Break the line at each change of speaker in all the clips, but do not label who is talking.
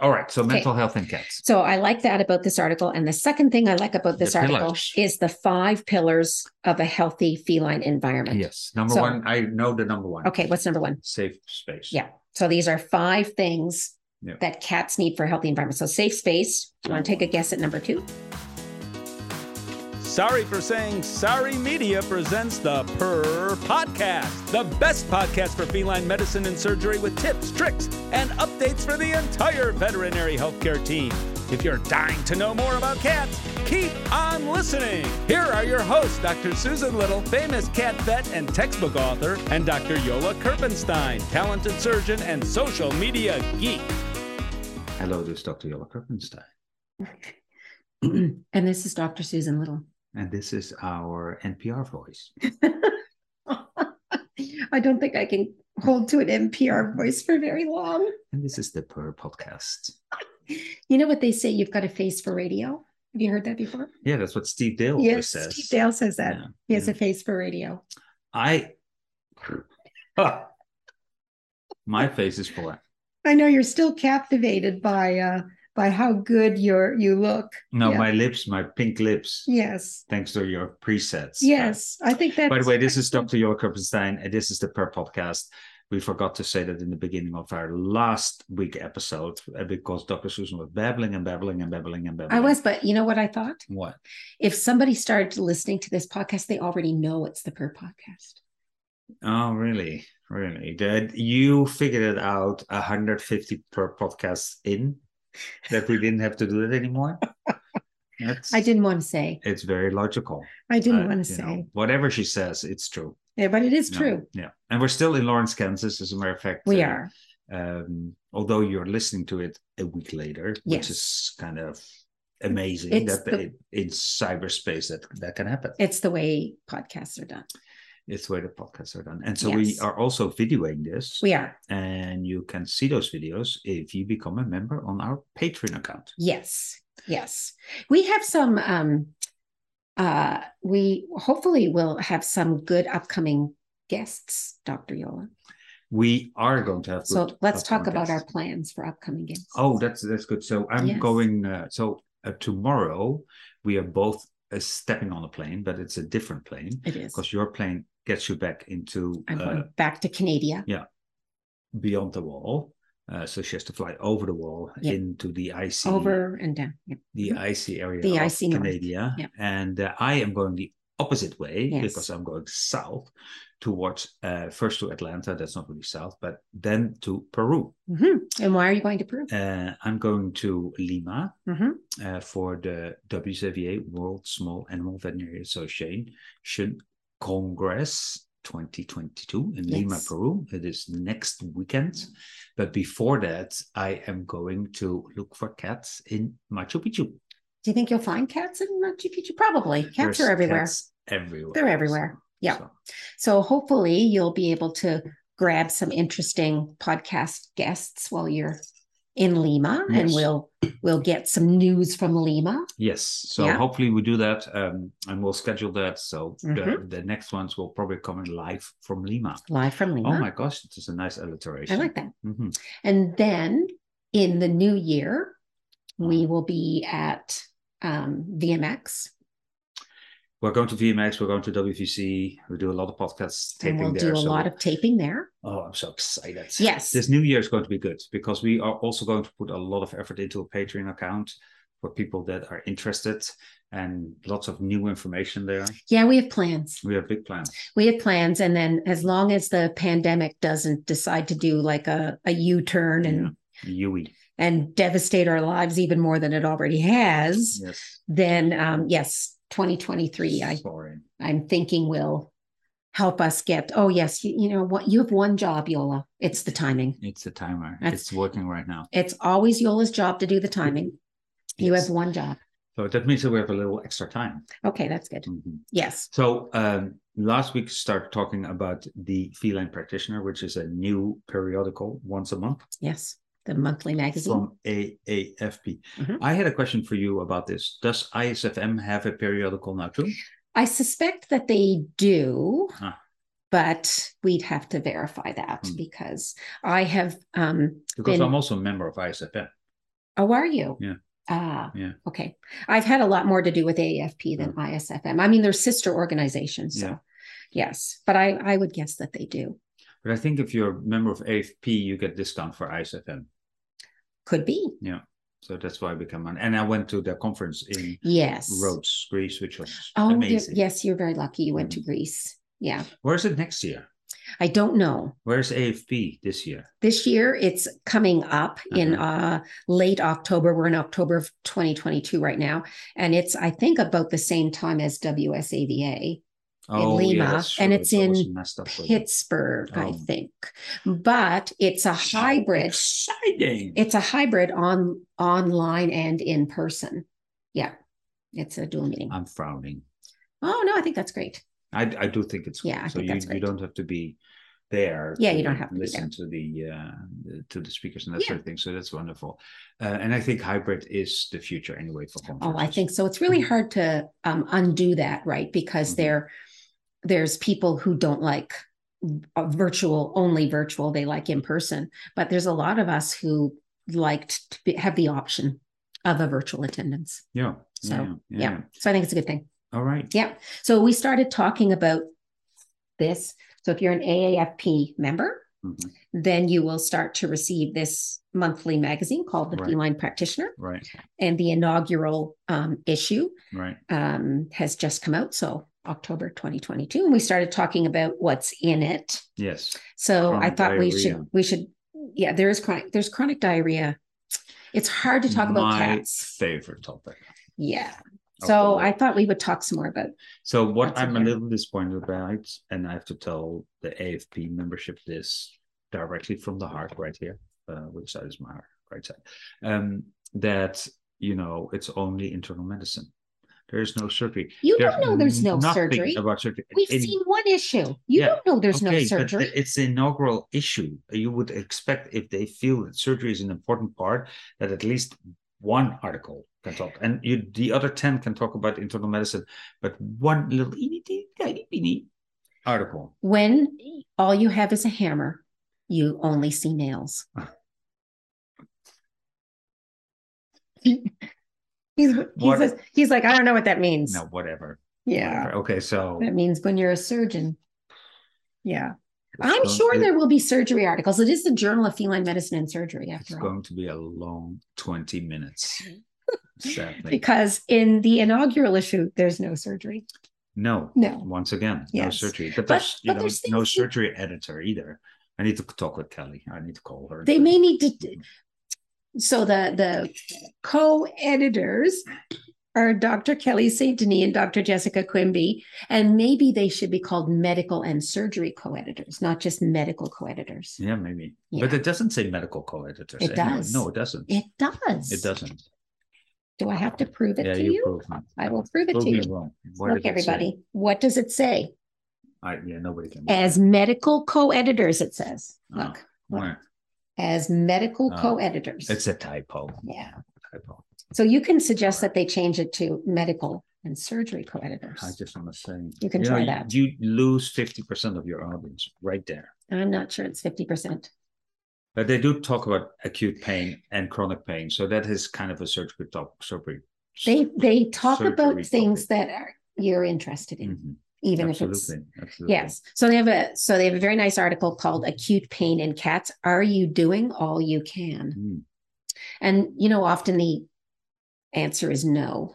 All right. So
Okay.
mental health in cats.
So I like that about this article. And the second thing I like about this
The
article
pillars.
is the five pillars of a healthy feline environment.
Yes. Number
So-
one. I know the number one.
Okay, what's number one?
Safe space.
Yeah. So these are five things
Yeah.
that cats need for a healthy environment. So safe space. Do you want to take a guess at number two?
Sorry for saying sorry media presents the Purr Podcast, the best podcast for feline medicine and surgery with tips, tricks, and updates for the entire veterinary healthcare team. If you're dying to know more about cats, keep on listening. Here are your hosts, Dr. Susan Little, famous cat vet and textbook author, and Dr. Yola Kerpenstein, talented surgeon and social media geek.
Hello, this is Dr. Yola Krippenstein.
and this is Dr. Susan Little.
And this is our NPR voice.
I don't think I can hold to an NPR voice for very long.
And this is the Purr podcast.
You know what they say? You've got a face for radio. Have you heard that before?
Yeah, that's what Steve Dale always
yes,
says.
Steve Dale says that.
Yeah.
He has a face for radio.
I my face is full.
I know you're still captivated by uh by how good you're you look.
No,
Yeah.
my lips, my pink lips,
Yes.
thanks to your presets.
Yes. I think that's
By the way, this is Dr. Joel Kerpenstein, and this is the Per Podcast. We forgot to say that in the beginning of our last week episode uh, because Dr. Susan was babbling and babbling and babbling and babbling.
I was, but you know what I thought?
What?
If somebody started listening to this podcast, they already know it's the per podcast.
Oh, really? Really? That you figured it out 150 per podcast in that we didn't have to do it anymore? That's,
I didn't want to say.
It's very logical.
I didn't
Uh,
want to
you
say.
know, whatever she says, it's true.
Yeah, but it is
No,
true.
Yeah. And we're still in Lawrence, Kansas, as a matter of fact.
We
uh,
are.
um, although you're listening to it a week later,
Yes.
which is kind of amazing
It's
that
the-
it, in cyberspace that that can happen.
It's the way podcasts are done.
It's the way the podcasts are done, and so
Yes.
we are also videoing this,
We are.
and you can see those videos if you become a member on our Patreon account.
Yes. Yes. We have some um uh we hopefully will have some good upcoming guests, Dr. Yola.
We are going to have.
So
good
let's talk
upcoming
about our
guests.
plans for upcoming guests.
Oh, that's that's good. So I'm
Yes.
going. Uh, so uh, tomorrow we are both uh, stepping on a plane, but it's a different plane
it is.
because your plane gets you back into
I'm
uh,
going back to Canada.
beyond the wall. Uh, so she has to fly over the wall
Yeah.
into the icy
Over and down. Yeah.
the icy area
The
of
icy north.
Canada,
Yeah.
and uh, I am going the opposite way
Yes.
because I'm going south towards uh, first to Atlanta. That's not really south, but then to Peru.
Mhm. And why are you going to Peru?
Uh, I'm going to Lima
Mhm.
uh, for the WCVA World Small Animal Veterinary Association Congress 2022 in Lima,
Yes.
Peru. It is next weekend. But before that, I am going to look for cats in Machu Picchu.
Do you think you'll find cats in Machu Picchu? Probably. Cats
There's
are everywhere.
cats everywhere.
They're everywhere. Yeah.
So,
So hopefully you'll be able to grab some interesting podcast guests while you're in Lima and
Yes.
we'll we'll get some news from Lima.
yes. So
Yeah.
hopefully we do that um, and we'll schedule that. So
Mm-hmm.
the, the next ones will probably come in live from Lima.
Live from Lima.
Oh my gosh, it is a nice
I
alliteration.
like that.
Mhm.
And then in the new year,
Hmm.
we will be at um, VMX
we're going to VMX, we're going to WVC, we do a lot of podcasts
and
taping
we'll
there.
do a
so
lot of taping there.
oh, I'm so excited.
Yes.
This new year is going to be good because we are also going to put a lot of effort into a Patreon account for people that are interested and lots of new information there.
Yeah, we have plans.
We have big plans.
We have plans. And then as long as the pandemic doesn't decide to do like a, a U-turn and
Yeah. Yui.
and devastate our lives even more than it already has,
Yes.
then um, yes, 2023, I,
Sorry.
I'm thinking will help us get. Oh, yes, you, you know what? You have one job, Yola. It's the timing.
It's a timer.
That's-
it's working right now.
It's always Yola's job to do the timing. You
Yes.
have one job.
So that means that we have a little extra time.
Okay, that's good.
Mhm.
Yes.
So um, last week started talking about the Feline Practitioner, which is a new periodical once a month.
Yes. The monthly magazine.
from AAFP.
Mhm.
I had a question for you about this. Does ISFM have a periodical now too?
I suspect that they do,
Huh.
but we'd have to verify that
Hmm.
because I have um,
Because
Then-
I'm also a member of ISFM.
Oh, are you?
Yeah.
Ah,
Yeah.
okay. I've had a lot more to do with AAFP than ISFM. I mean, they're sister organizations, so
Yeah.
yes. But I, I would guess that they do.
But I think if you're a member of AFP, you get discount for ISFM.
Could be.
So that's why I become one. And I went to the conference in
Yes.
Rhodes, Greece, which was
Oh, you're-
amazing. Hmm.
yes. You're very lucky. You went to Greece. Yeah.
Where's it next year?
I don't know.
Where's AFP this year?
This year, it's coming up in uh, late October. We're in October of 2022 right now. And it's, I think, about the same time as WSAVA, Lima,
Oh, that's
and
true.
it's
always
in
messed up with it.
Pittsburgh, I
Oh.
think. But it's a hybrid.
Exciting.
It's a hybrid on online and in person. Yeah. It's a dual meeting.
I'm frowning.
Oh, no, I think that's great.
I, I do think it's
Yeah,
cool.
I
so
think
you,
that's
you
great.
don't have to be there.
Yeah, you don't have to be
listen to the uh, the- to the speakers and that
Yeah.
sort of thing. So that's wonderful. Uh, and I think hybrid is the future anyway for
Oh,
conferences.
I think so. It's really
Mhm.
hard to um, undo that, right? Because
Mhm.
there, there's people who don't like uh, virtual only virtual; they like in person. But there's a lot of us who liked to be, have the option of a virtual attendance.
Yeah.
So,
yeah.
Yeah. so I think it's a good thing.
All right.
Yeah. So we started talking about this. So if you're an AAFP member,
Mhm.
then you will start to receive this monthly magazine called the
Right.
Feline Practitioner,
Right.
and the inaugural um, issue
Right.
um, has just come out. So October 2022. And we started talking about what's in it.
Yes.
So I
Chronic
thought we
diarrhea.
should, we should, yeah, there is chronic, there's chronic diarrhea. It's hard to talk about
My
cats.
favorite topic.
Yeah.
Oh,
So
boy.
I thought we would talk some more about
So what
That's
I'm a
okay.
little disappointed about, and I have to tell the AFP membership this directly from the heart, right here, uh, which side is my heart, right side, um, that you know it's only internal medicine. There is no surgery.
you don't know there's no
nothing
surgery.
about surgery.
We've
In-
seen one issue. You
Yeah.
don't know there's
okay,
no
but
surgery.
the- it's the inaugural issue. You would expect if they feel that surgery is an important part, that at least one article can talk, and you the other ten can talk about internal medicine, but one little itty bitty tiny bitty article.
when all you have is a hammer, you only see nails. he's, he's,
What-
a- he's like, I don't know what that means.
No, whatever.
yeah,
Whatever. Okay, so
that means when you're a surgeon. Yeah,
it's
I'm
going-
sure
it-
there will be surgery articles. It is the Journal of Feline Medicine and Surgery,
It's
after all.
going to be a long twenty minutes. Sadly,
Because in the inaugural issue, there's no surgery.
no.
No.
Once again, no
Yes.
surgery. But
But-
there's you
but
know
there's
no
things you-
surgery editor either. I need to talk with Kelly. I need to call her.
They
to-
may need to. So the the co-editors are Dr. Kelly St. Denis and Dr. Jessica Quimby, and maybe they should be called medical and surgery co-editors, not just medical co-editors.
Yeah, maybe. Mm, But
Yeah.
it doesn't say medical co-editors.
It
anyway.
does.
No, it doesn't.
It does.
It doesn't.
Do I have to prove it
Yeah,
to
you
you?
prove me.
I will prove it
Prove
to
me
you.
wrong. What does
Look,
it say?
everybody, what does it say?
I, yeah, nobody can.
As medical co-editors, it says.
Oh.
Look,
Well,
as medical
Oh.
co-editors.
It's a typo.
yeah.
Typo.
So you can suggest that they change it to medical and surgery co-editors.
I just want to say.
You can
you know,
try
you-
that.
You lose fifty percent of your audience right there.
I'm not sure it's 50%.
But they do talk about acute pain and chronic pain, so that is kind of a surgical talk. Surgery.
They they talk
Surgery
about things
topic.
that are you're interested in,
Mhm.
even if it's
Absolutely. Absolutely.
yes. So they have a so they have a very nice article called Acute Pain in Cats. Are you doing all you can?
Mm.
And you know, often the answer is no.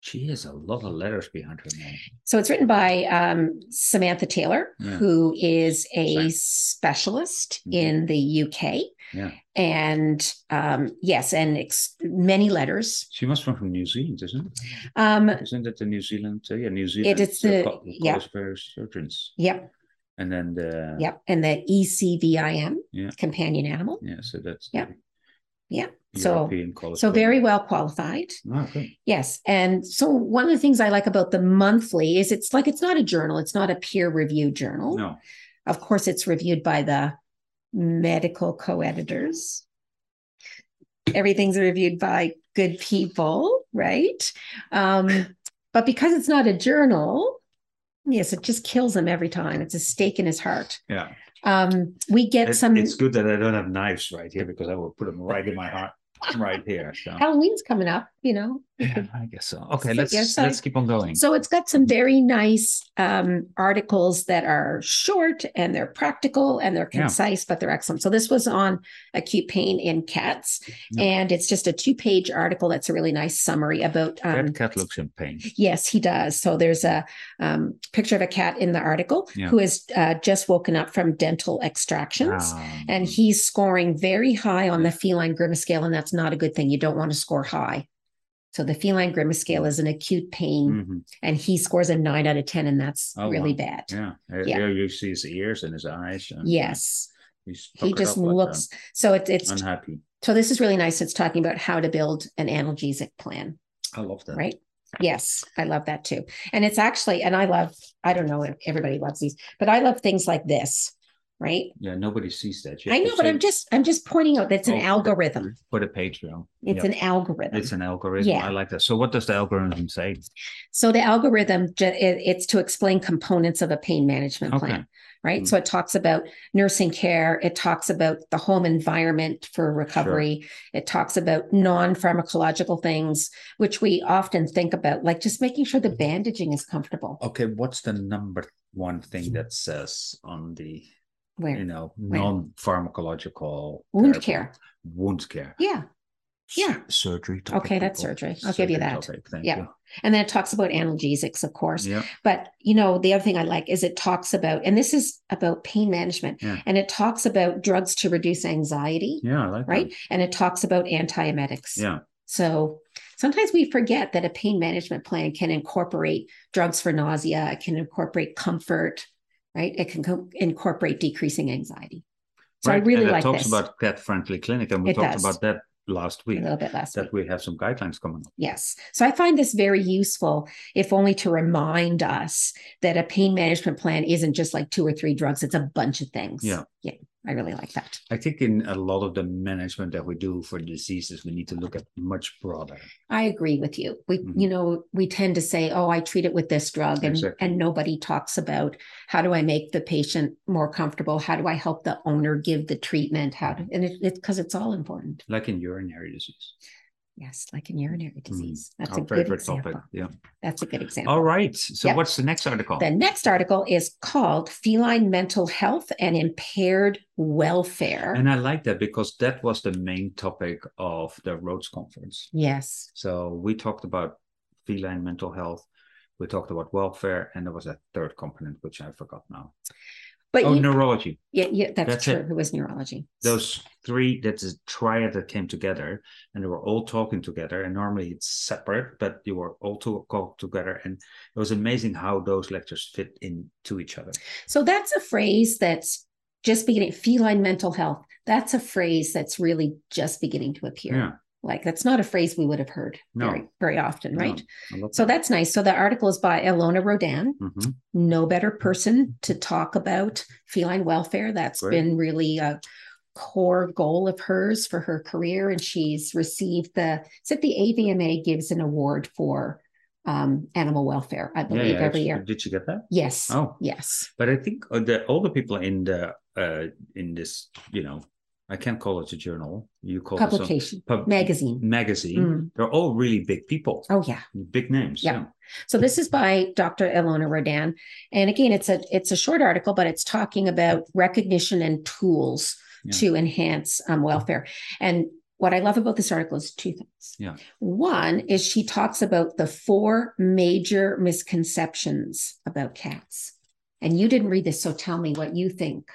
She has a lot of letters behind her name.
So it's written by um, Samantha Taylor,
Yeah.
who is a
Same.
specialist
Mhm.
in the UK.
Yeah.
And um, yes, and ex- many letters.
She must come from New Zealand, isn't it?
Um,
Isn't it the New Zealand? So yeah, New Zealand.
is
uh,
the-
co-
yeah.
College of surgeons,
yep,
and then the
yep. And the E ECVIM,
Yeah.
companion animal.
yeah. So that's
Yeah.
the
Yeah. So-
European college.
So
of-
very well qualified.
Oh, good.
Yes. And so one of the things I like about the monthly is it's like it's not a journal, it's not a peer reviewed journal.
No,
Of course, it's reviewed by the medical co editors. Everything's reviewed by good people, right? Um, but because it's not a journal, yes, it just kills him every time. It's a stake in his heart.
yeah.
Um, we get
It-
some.
It's good that I don't have knives right here because I will put them right in my heart. right here. So
Halloween's coming up, you know.
yeah, I guess so. Okay,
I
let's
guess I-
let's keep on going.
So it's got
Mm-hmm.
some very nice um, articles that are short and they're practical and they're
Yeah.
concise, but they're excellent. So this was on acute pain in cats,
Yeah.
and it's just a two-page article that's a really nice summary about um,
That cat looks in pain.
Yes, he does. So there's a um, picture of a cat in the article
Yeah.
who has uh, just woken up from dental extractions. And
Um,
he's scoring very high on
Yeah.
the feline grimace scale, and that's not a good thing. You don't want to score high. So the feline grimace scale is an acute pain,
mhm.
and he scores a nine out of 10, and that's
Oh,
really
wow.
bad.
Yeah. Uh,
Yeah.
There you see his ears and his eyes. and, uh,
Yes.
he's
He
puckered
just
up like, uh,
looks so it, it's
unhappy.
so this is really nice. It's talking about how to build an analgesic plan.
I love that.
right? Yes, I love that too. And it's actually, and I love, I don't know if everybody loves these, but I love things like this, right?
Yeah, nobody sees that. You
I
have to
know, but
say
I'm just, I'm just pointing out that it's
Oh,
an
okay.
algorithm.
for the Patreon.
It's
Yeah.
an algorithm.
it's an algorithm.
Yeah.
I like that. So what does the algorithm say?
so the algorithm, ju- it- it's to explain components of a pain management
Okay.
plan, right?
Mm.
So it talks about nursing care. It talks about the home environment for recovery. It talks about non-pharmacological things, which we often think about, like just making sure the
Hmm.
bandaging is comfortable.
Okay, what's the number one
Mm-hmm.
thing that says on the
Where
you know non-pharmacological
wound
therapy?
care.
Wound care.
Yeah. Yeah.
S- Surgery. topic,
Okay, that's
people.
surgery. I'll give you that.
topic. Thank
Yeah. And then it talks about analgesics, of course.
you. Yeah.
But you know, the other thing I like is it talks about, and this is about pain management,
Yeah.
and it talks about drugs to reduce anxiety,
Yeah, I like
right?
that.
And it talks about antiemetics.
Yeah.
So sometimes we forget that a pain management plan can incorporate drugs for nausea, it can incorporate comfort, right? It can co- incorporate decreasing anxiety. So I
Right,
really
and it
like
talks
this
about cat friendly clinic, and we
It
talked
does.
about that last
a
week.
little bit last week.
That we have some guidelines coming up.
Yes. So I find this very useful, if only to remind us that a pain management plan isn't just like two or three drugs, it's a bunch of things.
Yeah.
Yeah. I really like that.
I think in a lot of the management that we do for diseases, we need to look at much broader.
I agree with you. We,
Mhm.
you know, we tend to say, oh, I treat it with this drug, and,
Exactly.
and nobody talks about how do I make the patient more comfortable? How do I help the owner give the treatment? How
Mm-hmm.
do, and it, it's because it's all important.
like in urinary disease.
Yes, like in urinary disease. That's
Mm-hmm.
a
Our
good
favorite
example.
topic. Yeah.
That's a good example.
All right. So
Yep.
what's the next article?
The next article is called Feline Mental Health and Impaired Welfare.
and I like that because that was the main topic of the Rhodes conference.
yes.
So we talked about feline mental health, we talked about welfare, and there was a third component which I forgot now.
But
oh,
you,
neurology.
yeah, yeah, that's,
that's
true.
it.
It. was neurology.
Those three, that's a triad that came together and they were all talking together. And normally it's separate, but you were all to talk together. And it was amazing how those lectures fit into each other.
So that's a phrase that's just beginning. Feline mental health. That's a phrase that's really just beginning to appear.
Yeah.
Like that's not a phrase we would have heard
No.
very, very often,
No.
right?
I love
So that's nice. So the article is by Elona Rodan.
Mhm.
no better person to talk about feline welfare. That's
Great.
been really a core goal of hers for her career. And she's received the, is it the AVMA gives an award for um, animal welfare, I
Yeah,
believe,
yeah,
every
it's-
year.
Did you get that?
Yes.
Oh,
Yes.
but I think uh, the older people in the uh in this, you know, I can't call it a journal. You call it some
Publication,
pub-
magazine.
magazine.
Mm.
They're all really big people,
Oh, yeah.
big names.
Yeah. So this is by Dr. Elona Rodan, and again, it's a it's a short article, but it's talking about recognition and tools
Yeah.
to enhance um, welfare. And what I love about this article is two things.
Yeah.
One is she talks about the four major misconceptions about cats, and you didn't read this, so tell me what you think.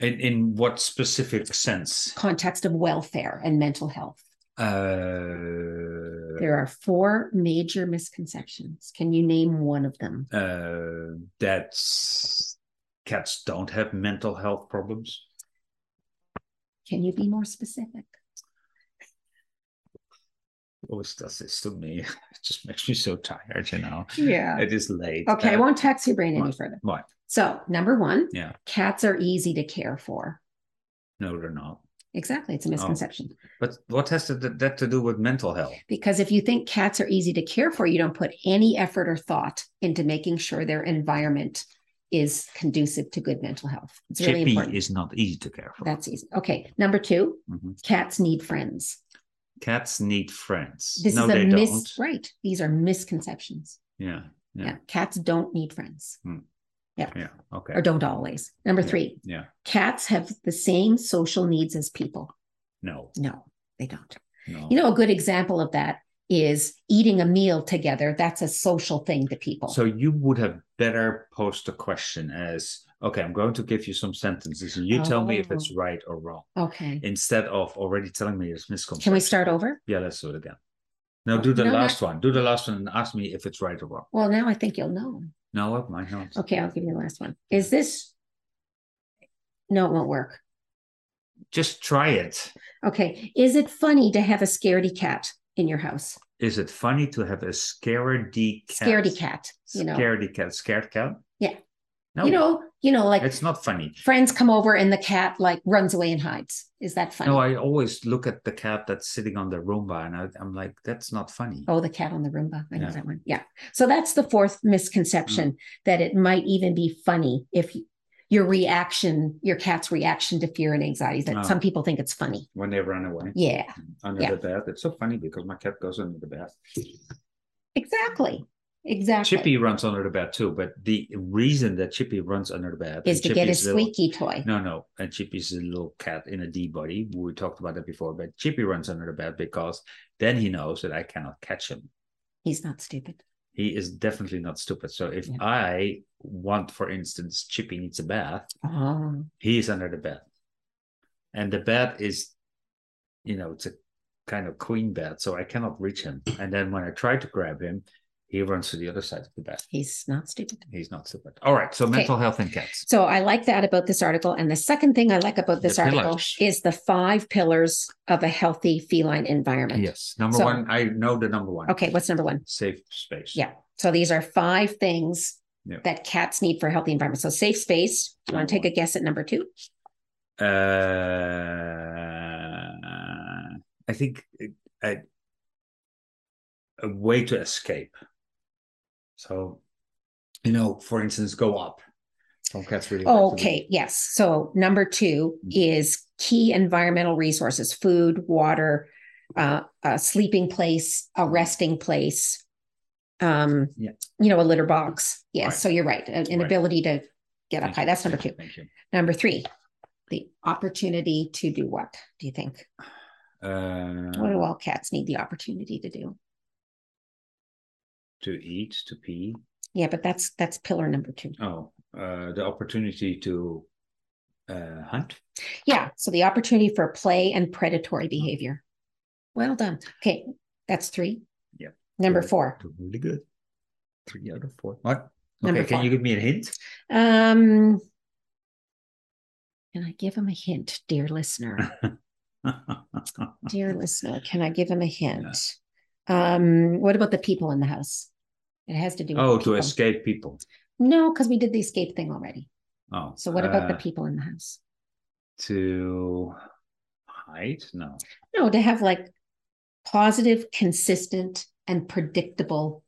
In in what specific sense?
Context of welfare and mental health.
Uh,
There are four major misconceptions. Can you name one of them?
uh, that's cats don't have mental health problems.
Can you be more specific?
Always does this to me. It just makes me so tired. You know,
Yeah.
it is late.
Okay, I
Uh,
won't tax your brain any
what?
further.
what?
So, number one,
Yeah.
cats are easy to care for.
No, they're not.
Exactly.
Oh.
It's a misconception.
But what has to, that to do with mental health?
Because if you think cats are easy to care for, you don't put any effort or thought into making sure their environment is conducive to good mental health. It's really
Chippy
important.
is not easy to care for.
That's easy. Okay. Number two,
Mhm.
cats need friends.
Cats need friends.
This
no,
is a
they
mis
don't.
right. These are misconceptions.
Yeah.
Yeah.
Yeah.
Cats don't need friends
Yeah. Okay.
or don't always. Number three,
Yeah.
cats have the same social needs as people.
No.
No, they don't.
No.
You know, a good example of that is eating a meal together. That's a social thing to people.
So you would have better post a question as, okay, I'm going to give you some sentences and you tell me if it's
Oh.
right or wrong
okay.
instead of already telling me it's
Can
misconception.
we start over?
Yeah, let's do it again. Now do the
No, not-
last one. Do the last one and ask me if it's right or wrong.
Well, now I think you'll know.
No, it might not.
Okay, I'll give you the last one. Is this? No, it won't work.
Just try it.
Okay. Is it funny to have a scaredy cat in your house?
Is it funny to have a scaredy cat?
Scaredy cat. You know.
Scaredy cat. Scared cat?
Yeah.
No.
You know. You know, like
it's not funny.
friends come over and the cat like runs away and hides. Is that funny?
No, I always look at the cat that's sitting on the Roomba and I, I'm like, that's not funny.
Oh, the cat on the Roomba. I know
Yeah. Mm.
that one. Yeah. So that's the fourth misconception that it might even be funny if y- your reaction, your cat's reaction to fear and anxiety, is that
Oh.
some people think it's funny.
When they run away
Yeah,
under
Yeah.
the bed. It's so funny because my cat goes under the bed.
exactly. Exactly.
Chippy runs under the bed too, but the reason that Chippy runs under the bed
is
and
to get a
Chippy's little-
squeaky toy.
No, no. And Chippy's a little cat in a D body. We talked about that before, but Chippy runs under the bed because then he knows that I cannot catch him.
He's not stupid.
He is definitely not stupid. So if
Yeah.
I want, for instance, Chippy needs a bath,
Oh,
he is under the bed. And the bed is, you know, it's a kind of queen bed, so I cannot reach him. And then when I try to grab him, he runs to the other side of the bed.
he's not stupid.
He's not stupid. All right. So mental health in cats.
So I like that about this article. And the second thing I like about
The
this article
pillars.
is the five pillars of a healthy feline environment.
Yes. Number
So-
one, I know the number one.
Okay, what's number one?
Safe space.
Yeah. So these are five things
Yeah.
that cats need for a healthy environment. So safe space. You want to take a guess at number two?
Uh, I think a, a way to escape. So, you know, for instance, go up. Some cats really. like to do-
Okay. Yes. So number two
Mhm.
is key environmental resources: food, water, uh, a sleeping place, a resting place. Um,
Yeah.
you know, a litter box. Yes.
Right.
So you're right. An an
Right.
ability to get up
Thank
high.
you.
That's number two.
Thank you.
Number three, the opportunity to do what? Do you think? What
Uh,
do all cats need the opportunity to do?
to eat, to pee.
Yeah, but that's that's pillar number two.
Oh, uh, the opportunity to uh, hunt.
Yeah. So the opportunity for play and predatory behavior. Well done. Okay. That's three.
Yep.
Number
Good.
four.
Really good. Three out of four. What? Okay,
Number
can
four.
you give me a hint?
Um, can I give him a hint, dear listener? dear listener, can I give him a hint? Um, what about the people in the house? It has to do with
oh,
the people.
to escape people.
No, because we did the escape thing already.
Oh,
So what about the
uh,
people in the house?
to hide? No.
No, to have like positive, consistent, and predictable.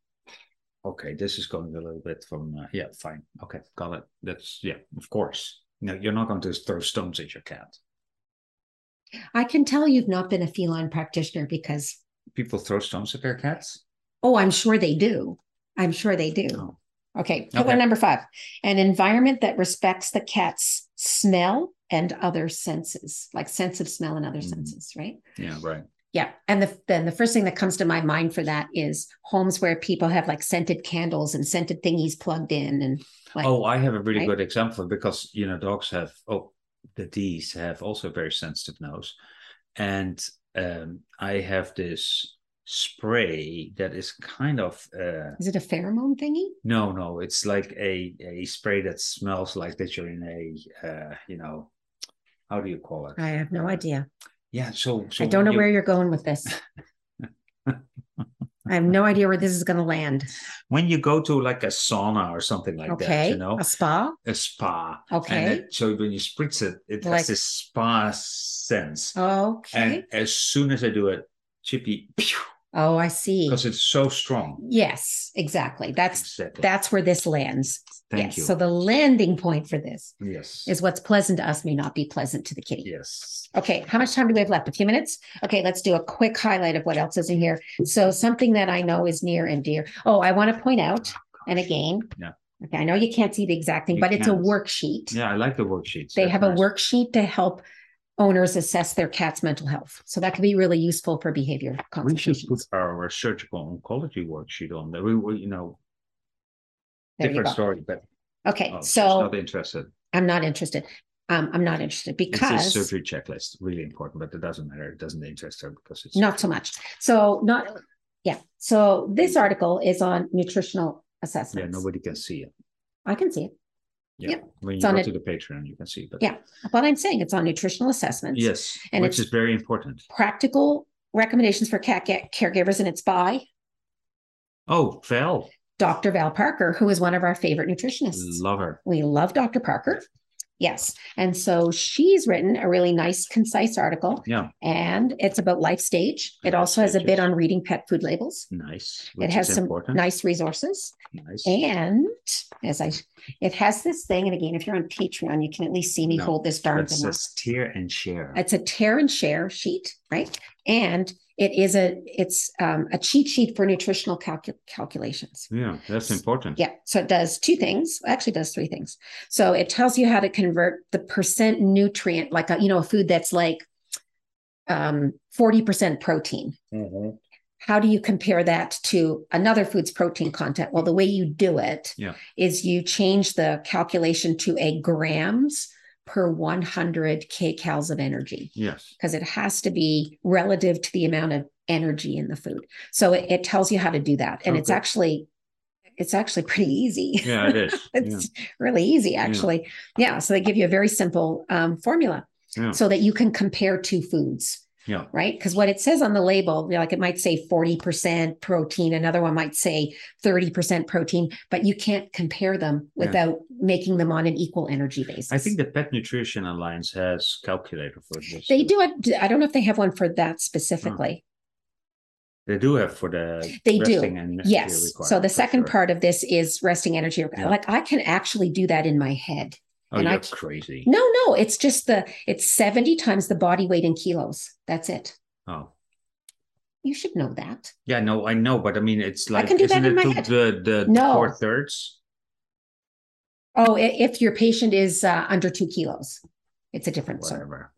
Okay, this is going a little bit from uh, yeah, fine. Okay, got it. That's yeah, of course. No, you're not going to throw stones at your cat.
I can tell you've not been a feline practitioner because
People throw stones at their cats.
Oh, I'm sure they do. I'm sure they do.
Oh.
Okay. Pillar
Okay.
number five an environment that respects the cat's smell and other senses, like sense of smell and other
Mhm.
senses, right?
Yeah, right.
Yeah. And the, then the first thing that comes to my mind for that is homes where people have like scented candles and scented thingies plugged in. And like,
oh, I have a really
right?
good example because you know dogs have oh the D's have also a very sensitive nose, and um, I have this spray that is kind of uh,
is it a pheromone thingy?
No, no, it's like a a spray that smells like that you're in a uh, you know, how do you call it?
I have no idea.
Yeah, so so
I don't know
when you-
where you're going with this. I have no idea where this is going to land.
when you go to like a sauna or something like that,
Okay.
you know,
A spa.
a spa.
Okay.
And it, so when you spritz it, it
Like-
has this spa sense.
Okay.
And as soon as I do it, Chippy, pew,
Oh, I see.
because it's so strong.
Yes, exactly. That's
Exactly.
that's where this lands.
Thank
yes.
you.
So the landing point for this
yes.
is what's pleasant to us may not be pleasant to the kitty.
yes.
Okay, how much time do we have left? A few minutes? Okay, let's do a quick highlight of what else is in here. So something that I know is near and dear. Oh, I want to point out, and again,
Yeah.
okay, I know you can't see the exact thing,
You
but it's a
can't.
worksheet.
Yeah, I like the worksheets.
They
That's
have a
nice.
worksheet to help owners assess their cat's mental health. So that can be really useful for behavior
We should put
consultations.
our surgical oncology worksheet on there. We, we you know,
There you
different
go.
story, but
Okay,
oh, she's
so
not interested.
I'm not interested. Um, I'm not interested
It's a
because
surgery checklist, really important, but it doesn't matter. It doesn't interest her because it's
not so much. So not, yeah. So this article is on nutritional
yeah,
assessments.
nobody can see it.
I can see it.
Yeah,
Yep.
when you
It's
go
on
to
it.
the Patreon, you can see. But
Yeah. But I'm saying it's on nutritional assessments.
yes,
And
which
it's-
is very important.
Practical recommendations for cat ca- caregivers, and it's by
Oh, Val,
Dr. Val Parker, who is one of our favorite nutritionists.
love her.
We love Dr. Parker. Yes. And so she's written a really nice, concise article,
Yeah,
and it's about life stage. It
Life
also has a bit
stages.
on reading pet food labels.
nice.
It
Which
has
is
some
important.
nice resources.
nice.
And as I, it has this thing. And again, if you're on Patreon, you can at least see me
No,
hold this darn
That
thing. up.
says tear and share.
It's a tear and share sheet, right? And it is a it's um, a cheat sheet for nutritional calcu- calculations.
yeah, that's important.
Yeah, so it does two things. Actually, it does three things. So it tells you how to convert the percent nutrient, like a, you know, a food that's like um, forty percent protein.
Mhm.
How do you compare that to another food's protein content? Well, the way you do it is
Yeah.
you change the calculation to a grams per 100 kcals of energy
Yes.
because it has to be relative to the amount of energy in the food. So it, it tells you how to do that. And it's
Okay.
actually it's actually pretty easy.
Yeah, it is. yeah.
it's really easy actually. Yeah. So they give you a very simple um, formula
Yeah.
so that you can compare two foods.
Yeah.
Right. Because what it says on the label, you know, like it might say 40% protein, another one might say 30% protein, but you can't compare them
Yeah.
without making them on an equal energy basis.
I think the Pet Nutrition Alliance has calculator for this.
they do it. I don't know if they have one for that specifically.
They do have for the
They do.
resting and energy
Yes. So
requirement,
the
for
second
sure.
part of this is resting energy.
Yeah.
Like I can actually do that in my head.
Oh,
and I
you're
c-
crazy.
No, no, it's just the it's 70 times the body weight in kilos. That's it.
Oh,
You should know that.
yeah, no, I know, but I mean, it's like
can do that
isn't
in
it
my
to
head.
the the,
No.
four thirds?
Oh, i- if your patient is uh, under two kilos, it's a different story.
Whatever.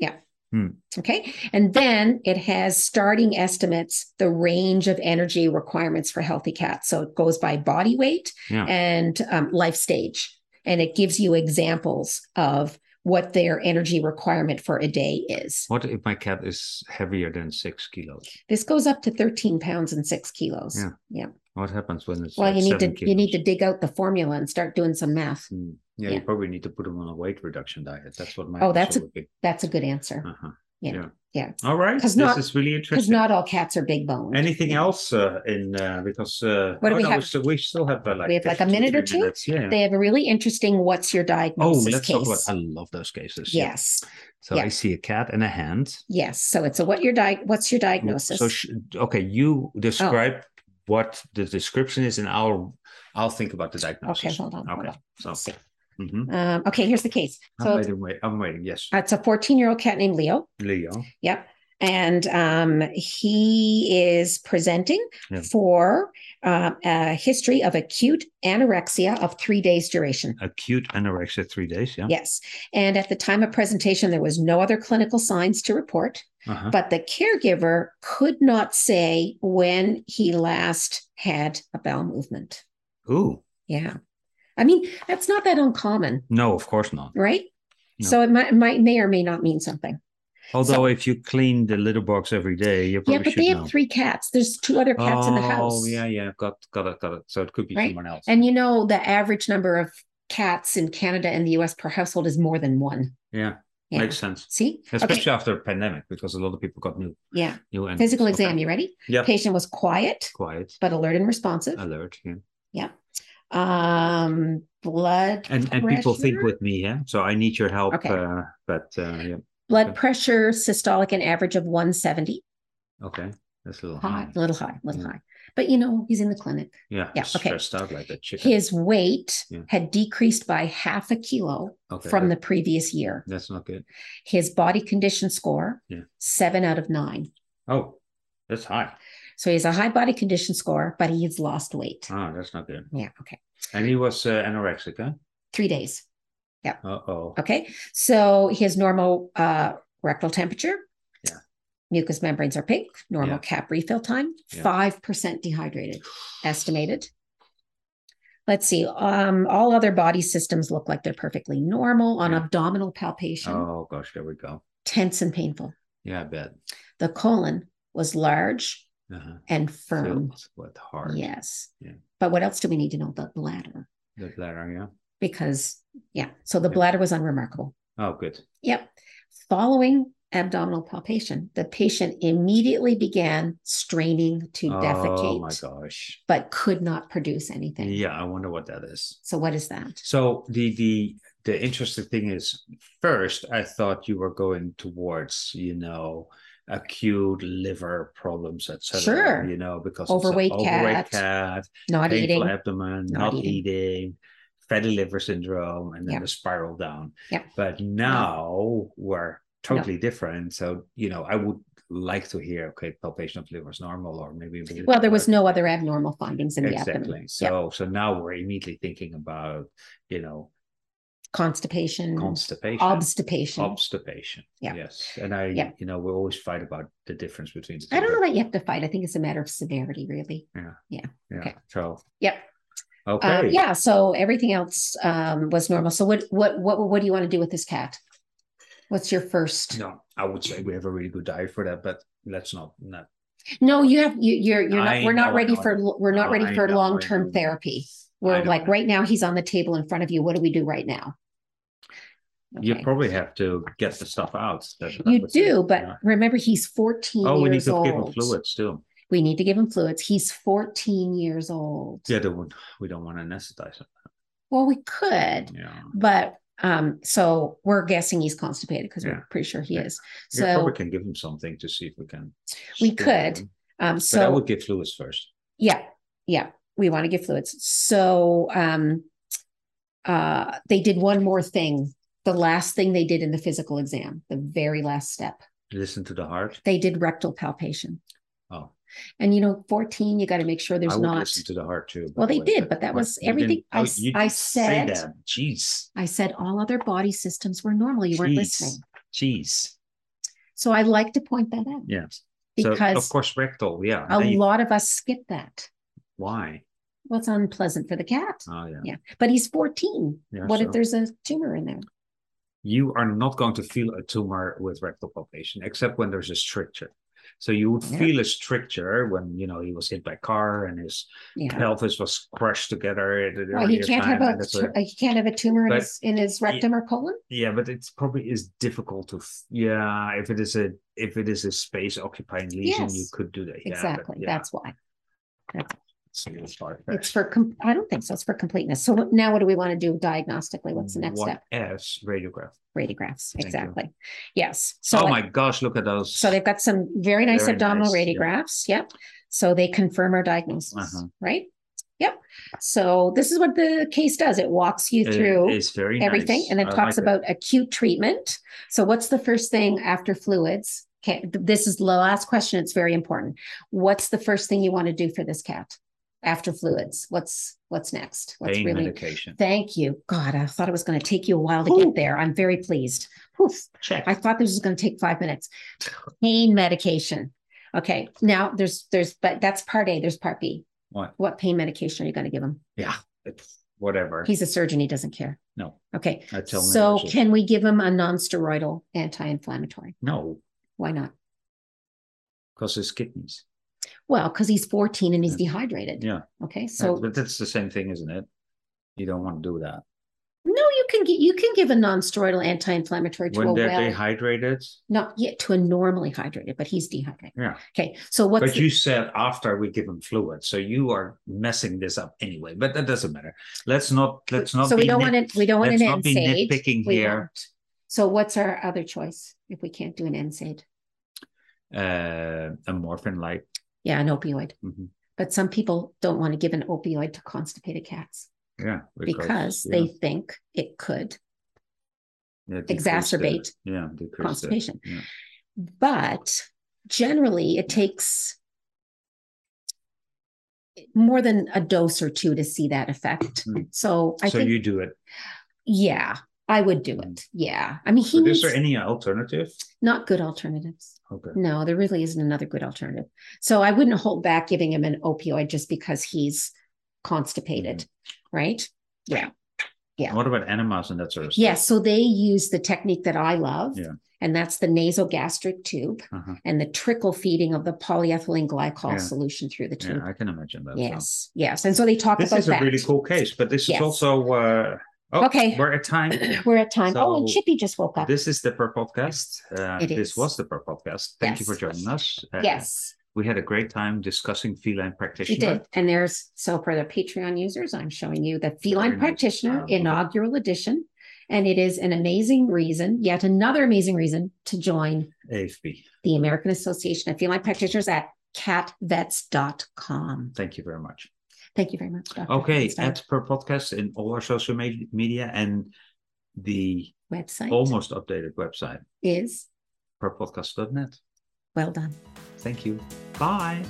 Okay. And then it has starting estimates, the range of energy requirements for healthy cats. So it goes by body weight
Yeah.
and um, life stage. And it gives you examples of what their energy requirement for a day is.
What if my cat is heavier than six kilos?
This goes up to 13 pounds and six kilos.
Yeah. What happens when it's
Well,
like
you need to
seven
you need to
kilos?
dig out the formula and start doing some math.
Hmm. Yeah,
yeah.
you probably need to put them on a weight reduction diet. That's what my
Oh, that's
answer
a-
would be.
That's a good answer.
Uh-huh.
Yeah. Yeah.
All right.
'Cause
This
not-
is really
Because
interesting.
not all cats are big boned.
Anything else uh, in uh, because uh,
What do
oh,
we
no,
have?
We still, we still have uh, like
We have, like, a
15
minute or two?
minutes. Yeah.
They have a really interesting what's your
Oh,
diagnosis
let's
case.
talk about. I love those cases. Yeah.
yes.
So
Yeah.
I see a cat and a hand.
Yes. So it's a what your di- what's your diagnosis?
So
Oh.
sh- okay, you describe what the description is, and I'll I'll think about the diagnosis.
okay, hold on. Hold
Okay.
on. Let's
So
see.
mhm.
Um, okay, here's the case. So
I'm
it's,
waiting. Wait, I'm waiting. Yes,
it's a 14 year old cat named Leo.
Leo.
Yep. And um, he is presenting
Yeah.
for uh, a history of acute anorexia of three days duration.
Acute anorexia, three days. Yeah.
Yes. And at the time of presentation, there was no other clinical signs to report,
Uh-huh.
but the caregiver could not say when he last had a bowel movement.
Ooh.
Yeah. I mean, that's not that uncommon,
No, of course not.
right?
No.
So it might, might may or may not mean something.
Although if you clean the litter box every day, you probably
yeah, but
should
they have
know.
three cats. There's two other cats
oh,
in the house.
yeah, yeah. Got, got it, got it. So it could be
Right?
someone else.
And you know, the average number of cats in Canada and the US per household is more than one.
yeah,
Yeah.
makes sense.
See?
Especially after a pandemic, because a lot of people got new,
Yeah.
new animals.
Physical
Okay.
exam. You ready?
Yeah.
Patient was quiet,
Quiet,
but alert and responsive.
alert. Yeah.
um blood
and and people think
pressure?
with me yeah so i need your help
Okay.
uh, but uh, yeah
blood pressure systolic an average of 170
okay That's a little
high,
high.
a little high, a little
Mm.
high. But you know, he's in the clinic.
Yeah.
Yeah, okay.
Stressed out like that chicken.
His weight
Yeah.
had decreased by half a kilo
okay,
from
that-
the previous year.
That's not good.
His body condition score,
Yeah.
seven out of nine.
Oh, that's high.
So he has a high body condition score, but he has lost weight.
Ah, that's not good.
Yeah. Okay.
And he was uh, anorexic, huh?
Three days.
Uh oh.
Okay. So his normal uh, rectal temperature.
Yeah.
Mucous membranes are pink, normal
Yeah.
cap refill time,
Yeah.
5% dehydrated, estimated. Let's see. Um, all other body systems look like they're perfectly normal on
Yeah.
abdominal palpation,
Oh gosh, there we go.
tense and painful.
Yeah, I bet.
The colon was large
Uh-huh.
and firm.
Filled with heart.
Yes.
Yeah.
But what else do we need to know about bladder?
The bladder, yeah.
Because, yeah. So the
Yeah.
bladder was unremarkable.
Oh, good.
Yep. Following abdominal palpation, the patient immediately began straining to
Oh my
defecate,
gosh.
but could not produce anything.
Yeah, I wonder what that is.
So, what is that?
So the the the interesting thing is, first I thought you were going towards you know acute liver problems, etc.
Sure.
You know because
Overweight
it's an overweight
cat,
cat,
Not
painful
eating.
abdomen, not,
Not eating.
eating. fatty liver syndrome, and then
Yeah.
the spiral down.
Yeah.
But now we're totally different. So you know I would like to hear okay palpation of liver is normal or maybe a little
Well, there
bit-
was no other abnormal findings in the
exactly
abdomen. Yep.
so so now we're immediately thinking about you know
Constipation,
constipation
Mm. obstipation.
obstipation
Yeah.
yes and i
Yeah.
you know we always fight about the difference between the two
I don't know
but-
that you have to fight. I think it's a matter of severity, really.
yeah
okay.
so
Yep.
okay
Uh, yeah. So everything else um, was normal. So what what what what do you want to do with this cat? What's your first?
no i would say we have a really good diet for that but let's not not
No, you have you, you're you're not.
I
we're not
know,
ready
I
for we're not
know,
ready
I
for
know, I
long term
know.
therapy.
I
We're
know.
like right now he's on the table in front of you. What do we do right now?
you
Okay.
probably have to get the stuff out That's what I
you
would say.
do, but
Yeah.
remember he's fourteen.
oh we need
years
to
old.
give them fluids too
We need to give him fluids. He's fourteen years old.
yeah they won't- we don't want to anesthetize them
Well, we could,
yeah
but um, so we're guessing he's constipated because
Yeah.
we're pretty sure he
Yeah.
is.
we
So
probably can give them something to see if we can
We
stimulate
could,
them.
um,
but i
so
would give fluids first
Yeah, yeah, we want to give fluids. So um uh they did one more thing. The last thing they did in the physical exam, the very last step.
listen to the heart
They did rectal palpation.
oh
And you know, 14, you got to make sure
I
there's
would
not
listen to the heart too. by
Well,
the
they
way,
did, but that
what-
was
you
everything
didn't-
I
oh,
s-
you
I
didn't say
said-
that. Jeez,
I said all other body systems were normal. You weren't
Jeez.
listening.
jeez,
So I like to point that out
yeah. So of
because
course rectal, yeah.
a
Now you-
lot of us skip that.
why?
Well, it's unpleasant for the cat.
Oh yeah.
Yeah. But he's 14.
Yeah,
What if
so-
there's a tumor in there?
You are not going to feel a tumor with rectal palpation, except when there's a stricture. So you would
Yeah.
feel a stricture when you know he was hit by a car and his
Yeah.
pelvis was crushed together. at an
Well, he
earlier
can't
time,
have a
and that's
tu- uh, he can't have a tumor in
But-
his in his rectum or colon.
yeah, but it's probably is difficult to f- yeah. If it is a if it is a space occupying lesion, you
Yes.
could do that. Yeah, but
exactly.
yeah,
That's why
it's a little far-fetched.
it's for. Com- I don't think so. It's for completeness. So what, now, what do we want to do diagnostically? What's the next
What
step?
else? radiograph.
Radiographs.
Thank you.
exactly. Yes. So
oh
like-
my gosh, look at those.
so they've got some very nice
Very
abdominal
nice, yeah.
radiographs. Yep. So they confirm our diagnosis,
Uh-huh.
right? Yep. So this is what the case does. It walks you through.
it's very
everything
nice.
and then
I
talks
like it.
about acute treatment so what's the first thing after fluids okay th- this is the last question it's very important what's the first thing you want to do for this cat after fluids what's what's next what's
pain
really
medication.
thank you god i thought it was going to take you a while to
Whew.
get there i'm very pleased Whew.
Check.
i thought this was going to take five minutes pain medication okay now there's there's but that's part a there's part b
What?
what pain medication are you going to give him
It's whatever.
he's a surgeon he doesn't care
no,
okay
I tell him
so
it's a-
can we give him a non-steroidal anti-inflammatory?
no
Why not?
because his kidneys.
Well, because he's 14 and he's dehydrated.
Yeah.
Okay.
So,
So
but that's the same thing, isn't it? You don't want to do that
no, you can get you can give a non-steroidal anti-inflammatory to a
when they're
well,
dehydrated.
not yet to a normally hydrated, but he's dehydrated.
Yeah.
Okay. So what's
but you said after we give him fluid, so you are messing this up anyway. But that doesn't matter. Let's not. Let's not.
so we
be
don't
nit-
want to we don't want
let's
an
not be
NSAID.
nitpicking
We
here.
won't. So what's our other choice if we can't do an NSAID?
uh, a morphine like.
Yeah, an opioid.
Mhm.
But some people don't want to give an opioid to constipated cats
Yeah.
because
yeah,
they think it could
yeah, decrease the-
exacerbate
yeah, decrease the-
constipation.
yeah.
But generally, it takes more than a dose or two to see that effect.
Mm.
So I
so
think,
you do it.
yeah, I would do
Mm.
it. Yeah. I mean, he
But is
needs
there any alternative?
not good alternatives.
Okay.
No, there really isn't another good alternative. So I wouldn't hold back giving him an opioid just because he's constipated,
Mm-hmm.
right? Yeah.
What about enemas and that sort of stuff?
Yeah. So they use the technique that I love,
Yeah.
and that's the nasogastric tube
Uh-huh.
and the trickle feeding of the polyethylene glycol
Yeah.
solution through the
Yeah,
tube.
I can imagine that. so.
yes. Yes. And so they talk
This
about
is a
that.
really cool case, but this
Yes.
is also uh, oh,
Okay.
We're at time.
We're at time. oh, and
So
Chippy just woke up.
This is the Per Podcast. Uh,
It
This
is.
was the Per Podcast. Thank you
Yes.
for joining us. Uh,
yes,
We had a great time discussing feline
you
practitioner.
did. And there's so for the Patreon users, I'm showing you the Feline
Very nice.
Practitioner
Um,
inaugural edition. And it is an amazing reason, yet another amazing reason to join
AFB.
the American Association of Feline Practitioners at catvets.com.
Thank you very much.
Thank you very much, Dr.
Okay,
Feinstein.
at Per Podcast in all our social me- media and the
website
almost updated website,
is
perpodcast.net.
well done.
Thank you. Bye.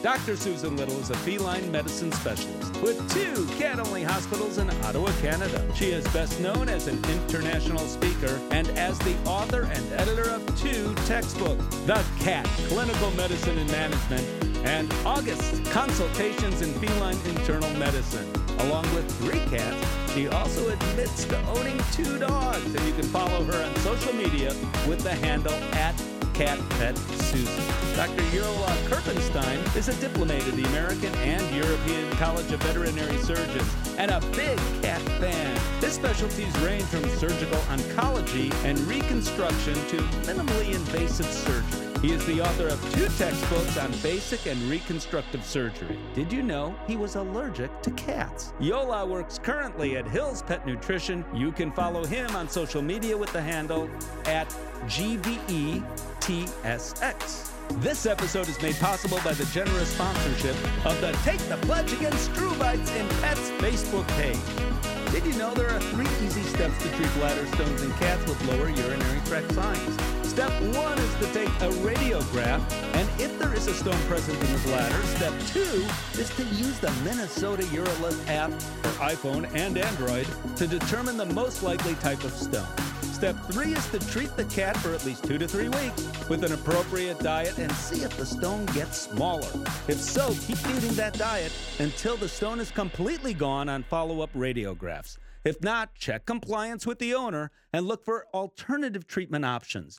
Dr. Susan Little is a feline medicine specialist with two cat only hospitals in Ottawa, Canada. She is best known as an international speaker and as the author and editor of two textbooks The Cat Clinical Medicine and Management and August Consultations in Feline Internal Medicine. Along with three cats, she also admits to owning two dogs, and you can follow her on social media with the handle at Cat Pet Susan. Dr. Yola Kerpenstein is a diplomat at the American and European College of Veterinary Surgeons and a big cat fan. His specialties range from surgical oncology and reconstruction to minimally invasive surgery. He is the author of two textbooks on basic and reconstructive surgery. Did you know he was allergic to cats? Yola works currently at Hills Pet Nutrition. You can follow him on social media with the handle at E GVETSX. This episode is made possible by the generous sponsorship of the Take the Pledge Against True Bites in Pets Facebook page. Did you know there are three easy steps to treat bladder stones in cats with lower urinary tract signs? Step one is to take a radiograph, and if there is a stone present in the bladder, step two is to use the Minnesota Urolith app for iPhone and Android to determine the most likely type of stone. Step three is to treat the cat for at least two to three weeks with an appropriate diet and see if the stone gets smaller. If so, keep feeding that diet until the stone is completely gone on follow up radiographs. If not, check compliance with the owner and look for alternative treatment options.